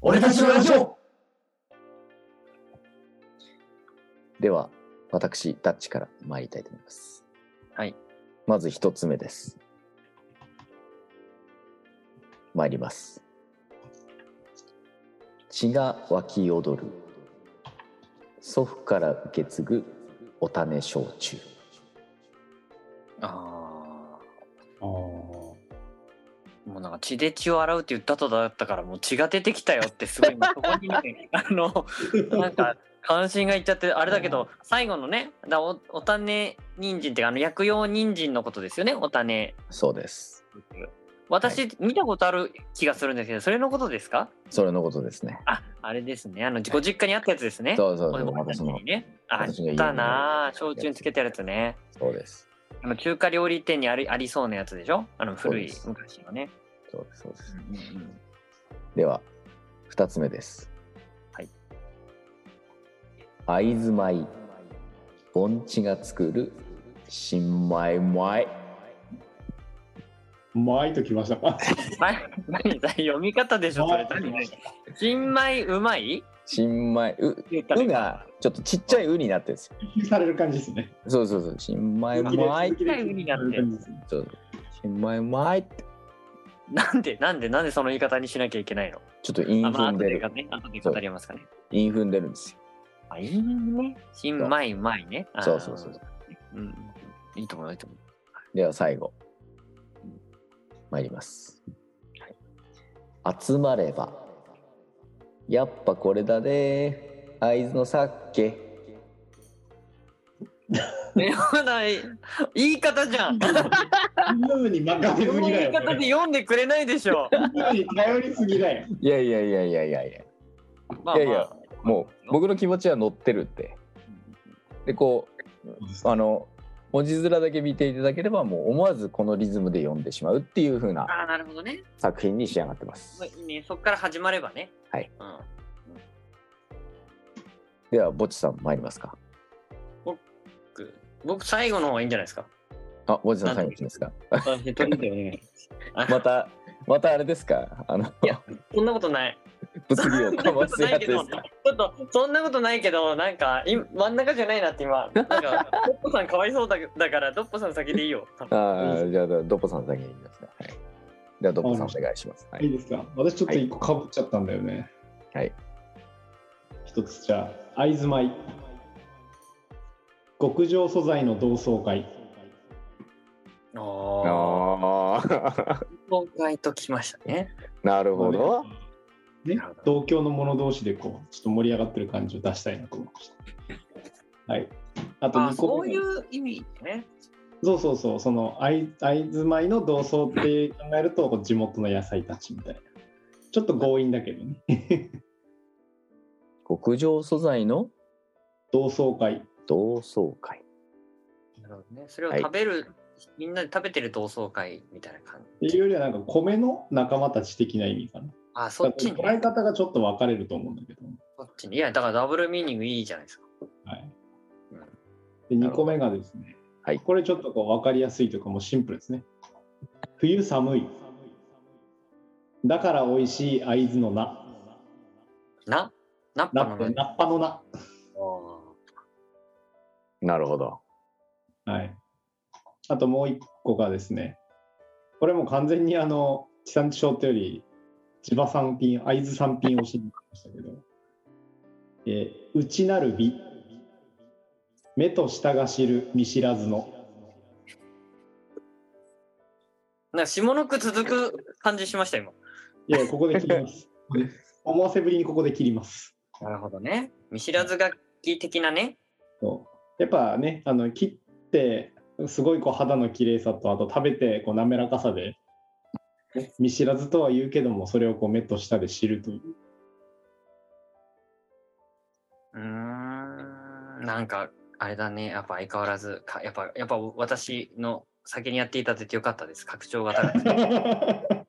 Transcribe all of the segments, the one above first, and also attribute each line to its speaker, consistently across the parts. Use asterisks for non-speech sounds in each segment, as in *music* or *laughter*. Speaker 1: 俺たちのラジオ
Speaker 2: では、私、ダッチから参りたいと思います。
Speaker 3: はい。
Speaker 2: まず一つ目です。参ります。血が湧き踊る。祖父から受け継ぐお種焼酎。
Speaker 3: ああ。
Speaker 1: あー
Speaker 3: もうなんか血で血を洗うって言ったとだったから、もう血が出てきたよってすごい今、そこにね、あの、なんか、関心がいっちゃって、あれだけど、最後のね、だお、お種人参っていうか、あの、薬用人参のことですよね、お種。
Speaker 2: そうです。
Speaker 3: 私、見たことある気がするんですけど、それのことですか
Speaker 2: それのことですね。
Speaker 3: あ、あれですね。あの、ご実家にあったやつですね。
Speaker 2: そうそう
Speaker 3: お
Speaker 2: そう。またその
Speaker 3: に、ね。あっ
Speaker 2: 私の家に
Speaker 3: たなあ焼酎につけてあるやつね。
Speaker 2: そうです。
Speaker 3: あの、中華料理店にありありそうなやつでしょあの、古い
Speaker 2: そう
Speaker 3: 昔のね。
Speaker 2: そうです。そうです。
Speaker 3: うんうん
Speaker 2: では、二つ目です。
Speaker 3: はい。
Speaker 2: 会津米、盆地が作る新米米。
Speaker 1: まいときましたか。
Speaker 3: 前何だ読み方でしょそ
Speaker 1: *laughs*
Speaker 3: れ何新米うまい
Speaker 2: 新米、う、
Speaker 3: 言ったら
Speaker 2: うがちょっとちっちゃいうになってるんですよ。
Speaker 1: 復旧される感じですね。
Speaker 2: そうそうそう。新米
Speaker 1: 復帰で
Speaker 2: 米
Speaker 1: 復。帰で
Speaker 3: うになって
Speaker 1: 復帰される感じですね
Speaker 2: そう新米米って、
Speaker 3: なんでなんでなんでその言い方にしなきゃいけないの
Speaker 2: ちょっと韻
Speaker 3: あま
Speaker 2: 踏
Speaker 3: あ
Speaker 2: ん
Speaker 3: 後
Speaker 2: で
Speaker 3: で
Speaker 2: る
Speaker 3: か。ね後で語りますかね
Speaker 2: 韻踏んでるんですよ。
Speaker 3: あいいね新米うまいねあー
Speaker 2: そうそうそうそう。
Speaker 3: うんいいと思ういいと思う
Speaker 2: では最後参ります、集まればやっぱこれだね会津の酒
Speaker 3: 読まない言い方じゃん
Speaker 1: 飲むに任せ
Speaker 3: こ
Speaker 1: す
Speaker 3: の
Speaker 1: ぎだ
Speaker 3: 言い
Speaker 1: よ。
Speaker 3: 方で読んでくれないでしょ
Speaker 1: 飲むに頼りすぎだよ。
Speaker 2: いやいやいやいやいやいや
Speaker 3: ま
Speaker 2: いやいやもう僕の気持ちは乗ってるってでこうあの文字面だけ見ていただければもう思わずこのリズムで読んでしまうっていう風な
Speaker 3: ああなるほどね
Speaker 2: 作品に仕上がってます
Speaker 3: まあいいねそっから始まればね
Speaker 2: はい
Speaker 3: うん
Speaker 2: ではぼちさん参りますか
Speaker 3: 僕僕最後の方がいいんじゃないですか
Speaker 2: あぼちさん最後にしますか
Speaker 3: あとりあえずあ
Speaker 2: またまたあれですかあの
Speaker 3: いやそんなことない
Speaker 2: *laughs* 物議をかませやってですか
Speaker 3: ちょっとそんなことないけどなんかい真ん中じゃないなって今なんかドッポさんかわいそうだだからドッポさん先でいいよ
Speaker 2: ああ、じゃあ、ドポさん先に言いますね。はい。じゃあ、ドポさんお願いします。はい
Speaker 1: い
Speaker 2: い。
Speaker 1: ですか。私ちょっと一個かぶっちゃったんだよね。
Speaker 2: はい。
Speaker 1: 一つじゃあ会津米極上素材の同窓会
Speaker 3: ああ
Speaker 2: ああ、
Speaker 3: 今回ときましたね
Speaker 2: *laughs* なるほど。
Speaker 1: ね同郷の者同士でこうちょっと盛り上がってる感じを出したいなと思いましたはいあと
Speaker 3: あ
Speaker 1: 2個
Speaker 3: そう
Speaker 1: 目
Speaker 3: いう意味ね
Speaker 1: そうそうそうその会会津米の同窓って考えるとこう地元の野菜たちみたいなちょっと強引だけどね
Speaker 2: 極上素材の
Speaker 1: 同窓会
Speaker 2: 同窓会。
Speaker 3: なるほどねそれを食べる、みんなで食べてる同窓会みたいな感じ
Speaker 1: っていうよりはなんか米の仲間たち的な意味かな
Speaker 3: あそっちに
Speaker 1: 捉え方がちょっと分かれると思うんだけど
Speaker 3: そっちにいやだからダブルミーニングいいじゃないですか
Speaker 1: はい。で、
Speaker 3: ん
Speaker 1: 2個目がですね、
Speaker 2: はい
Speaker 1: これちょっとこう分かりやすいというか、もうシンプルですね。冬寒い。だから美味しい会津の菜。
Speaker 3: なナッパ
Speaker 1: 菜
Speaker 3: の
Speaker 1: って
Speaker 3: な
Speaker 1: 菜っぱの菜。
Speaker 2: なるほど。
Speaker 1: はい。あともう1個がですね、これもう完全にあの、地産地消ってより、千葉産品、会津産品をしに行きましたけど、えー内なる美。目と舌が知る見知らずの。
Speaker 3: なんか下の句続く感じしました今
Speaker 1: いや、 *laughs* ここで切ります。思わせぶりにここで切ります。
Speaker 3: なるほどね見知らず楽器的なね
Speaker 1: そうやっぱね、あの切って、すごいこう肌の綺麗さと、あと食べてこう滑らかさで、見知らずとは言うけども、それをこう目と舌で知るという。
Speaker 3: うーんなんかあれだねやっぱ相変わらずかやっぱやっぱ私の先にやっていただいてよかったです拡張型が高くて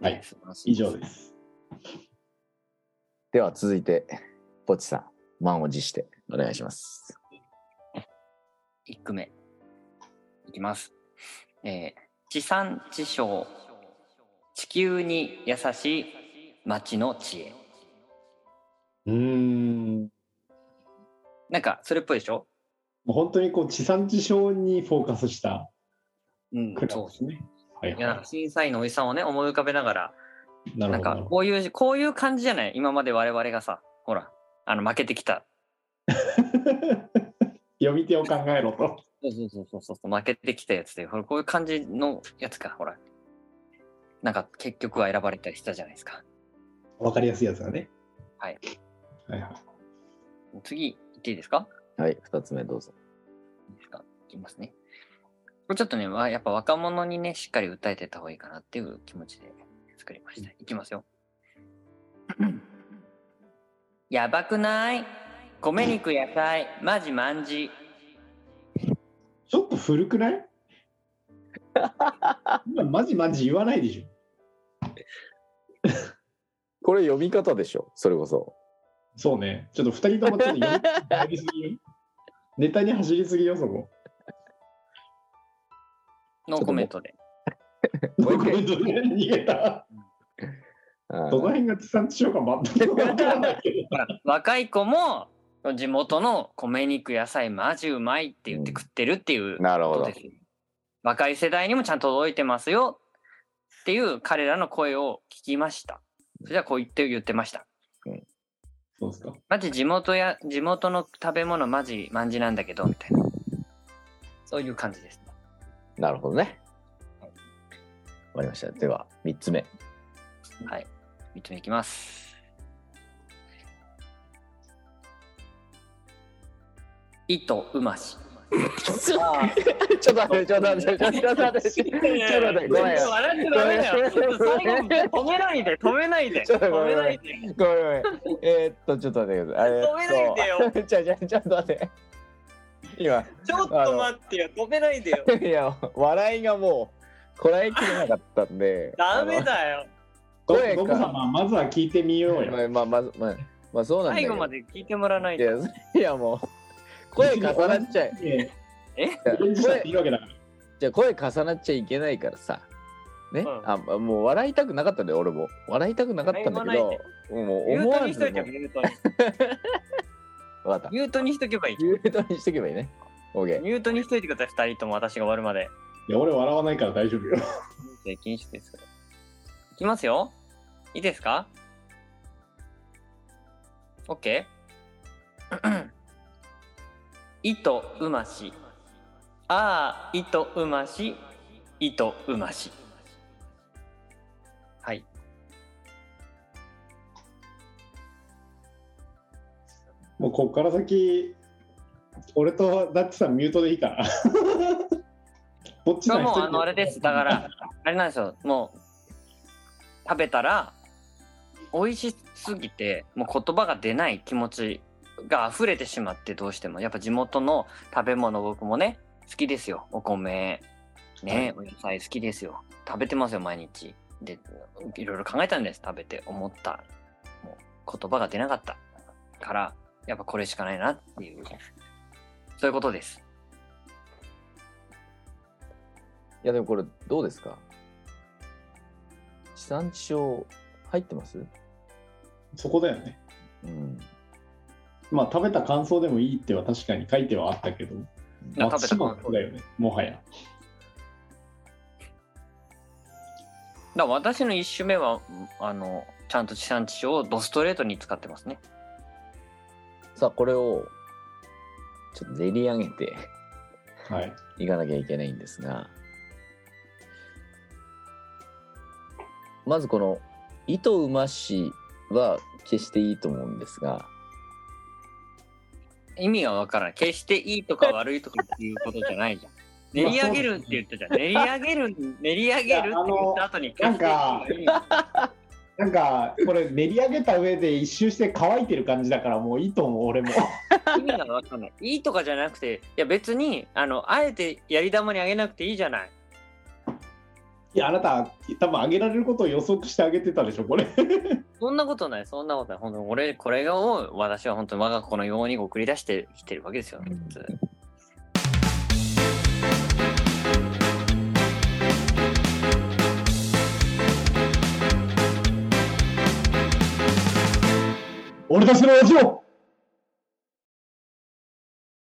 Speaker 1: はい
Speaker 3: 素晴らし
Speaker 1: *laughs*
Speaker 3: い
Speaker 1: 以上です。
Speaker 2: では、続いて、ぼちさん、満を持してお願いします。
Speaker 3: 1句目いきますえー地産地消地球に優しい町の知恵。
Speaker 1: うーん。
Speaker 3: なんか、それっぽいでしょ
Speaker 1: もう本当にこう地産地消にフォーカスした
Speaker 3: うん
Speaker 1: クラ
Speaker 3: そう
Speaker 1: ブですね。はい
Speaker 3: いやなん
Speaker 1: は
Speaker 3: か審査員のおじさんをね、思い浮かべながら、
Speaker 1: い。なる
Speaker 3: なん
Speaker 1: ほど。
Speaker 3: かこういう、こういう感じじゃない今まで我々がさ、ほら、あの負けてきた。
Speaker 1: *laughs* 読み手を考えろと。
Speaker 3: そうそうそうそうそう、負けてきたやつで、ほら、こういう感じのやつか、ほら。なんか結局は選ばれたりしたじゃないですか。
Speaker 1: わかりやすいやつだね。
Speaker 3: はい。
Speaker 1: はいはい。
Speaker 3: 次、行っていいですか
Speaker 2: はい、二つ目どうぞ。
Speaker 3: いいですかいきますね。これちょっとね、わやっぱ若者にね、しっかり訴えてった方がいいかなっていう気持ちで作りました。いきますよ。 *clears throat* やばくない米肉野菜、マジマンジ。
Speaker 1: ちょっと古くない今マジマジ言わないでしょ。
Speaker 2: これ読み方でしょ、それこそ。
Speaker 1: そうね。ちょっと二人ともちょっと読み *laughs* 方やりすぎよ。ネタに走りすぎよ、そこ。
Speaker 3: ノーコメントで。
Speaker 2: もう一回
Speaker 1: どこで逃げた。
Speaker 2: あ
Speaker 1: どの辺が地産地消か全くわからないけ *laughs* ど。
Speaker 3: ほら若い子も地元の米肉野菜マジうまいって言って食ってるっていう
Speaker 2: なる
Speaker 3: こ
Speaker 2: ほ
Speaker 3: と
Speaker 2: ど
Speaker 3: で。すよ。若い世代にもちゃんと届いてますよっていう彼らの声を聞きました。それではこう言って言ってました。
Speaker 1: そうですか。
Speaker 3: マジ地元や地元の食べ物マジマンジなんだけどみたいなそういう感じですね
Speaker 2: なるほどね。わかりました。では、三つ目。
Speaker 3: はい3つ目いきます「い」と「うまし」
Speaker 2: ちょっと
Speaker 3: あー
Speaker 2: 待 *laughs* って、ちょっと待って、ちょっと待って、ちょっと待って、ごめんよ。
Speaker 3: 笑っちゃダメだよ最後止めないで止めないで
Speaker 2: ちょっと
Speaker 3: 止
Speaker 2: ごめ
Speaker 3: め
Speaker 2: んご
Speaker 3: な
Speaker 2: め
Speaker 3: い
Speaker 2: ん
Speaker 3: で
Speaker 2: ごめんごめん。えーっと、ちょっと待ってください。えーっと
Speaker 3: 止めないでよ。
Speaker 2: ちょ、ちょ、ちょっと待って。今、
Speaker 3: ちょっと待ってよ止めないでよ
Speaker 2: いや、笑いがもう、こらえきれなかったんで。
Speaker 3: ダメだよ
Speaker 1: ど
Speaker 2: 声か
Speaker 1: どこ様、まずは聞いてみよう
Speaker 2: あの。
Speaker 1: よ。
Speaker 2: まあ、まあ、まず、まあ、まあ、そうなんだけ
Speaker 3: 最
Speaker 2: ど。
Speaker 3: 後まで聞いてもらわない
Speaker 2: い
Speaker 3: と
Speaker 2: や、いやもう、声重なっちゃい。
Speaker 1: え
Speaker 3: え
Speaker 1: 返事したってい
Speaker 2: 声
Speaker 1: いわけだから。
Speaker 2: じゃあ声重なっちゃいけないからさ。ね、
Speaker 3: うん
Speaker 2: あもう笑いたくなかったんだよ俺も笑いたくなかったんだけ
Speaker 3: 笑わ
Speaker 2: ど
Speaker 3: ない
Speaker 2: もう
Speaker 3: ミュ
Speaker 2: 思
Speaker 3: ート
Speaker 2: わ
Speaker 3: にし
Speaker 2: ず
Speaker 3: と
Speaker 2: も
Speaker 3: いてミュートに
Speaker 2: うわかった
Speaker 3: ミュートにしとけばいい
Speaker 2: ミュートにしとけばいいね OK
Speaker 3: ミュートにしといてください、二人とも私が終わるまで。
Speaker 1: いや、俺笑わないから大丈夫よ。
Speaker 3: 禁止ですから。いきますよ。いいですか ?OK? *clears throat* いとうまし。ああ、いとうまし。いとうまし。はい。
Speaker 1: もうこっから先、俺とダッチさんミュートでいいから。 *laughs* ぼっち
Speaker 3: こ
Speaker 1: さ
Speaker 3: れ
Speaker 1: ん
Speaker 3: もうあ
Speaker 1: で
Speaker 3: の、あれです。だから、あれなんですよ。もう、食べたら、美味しすぎて、もう言葉が出ない気持ちが溢れてしまって、どうしても。やっぱ地元の食べ物、僕もね、好きですよ。お米、ね、お野菜好きですよ。食べてますよ、毎日。で、いろいろ考えたんです。食べて思った。もう言葉が出なかった。から、やっぱこれしかないなっていう。そういうことです。
Speaker 2: いやでもこれどうですか地産地消入ってます
Speaker 1: そこだよね。
Speaker 2: うん
Speaker 1: まあ、食べた感想でもいいっては確かに書いてはあったけど、
Speaker 3: な食べた
Speaker 1: もそうだよね、もはや。
Speaker 3: だから私の一種目はうんあのちゃんと地産地消をドストレートに使ってますね
Speaker 2: さあこれをちょっと練り上げて *laughs*
Speaker 1: はい。
Speaker 2: いかなきゃいけないんですがまずこの「糸馬市」は決していいと思うんですが
Speaker 3: 意味がわからない決していいとか悪いとかっていうことじゃないじゃん
Speaker 1: *laughs*
Speaker 3: 練り上げるって言ったじゃん練り上げる練り上げるって言った後に
Speaker 1: いやあの
Speaker 3: 決していいとか
Speaker 1: なんか、これ練り上げた上で一周して乾いてる感じだから、もうい *laughs* いと思う、俺も。
Speaker 3: 意味がわからないいいとかじゃなくていや別にあのあえてやり玉にあげなくていいじゃない
Speaker 1: いや、あなた、多分上げられることを予測してあげてたでしょ、これ。
Speaker 3: そんなことないそんなことない本当に俺これを私は本当に我が子のように送り出してきてるわけですよ普通
Speaker 1: 俺たちのお嬢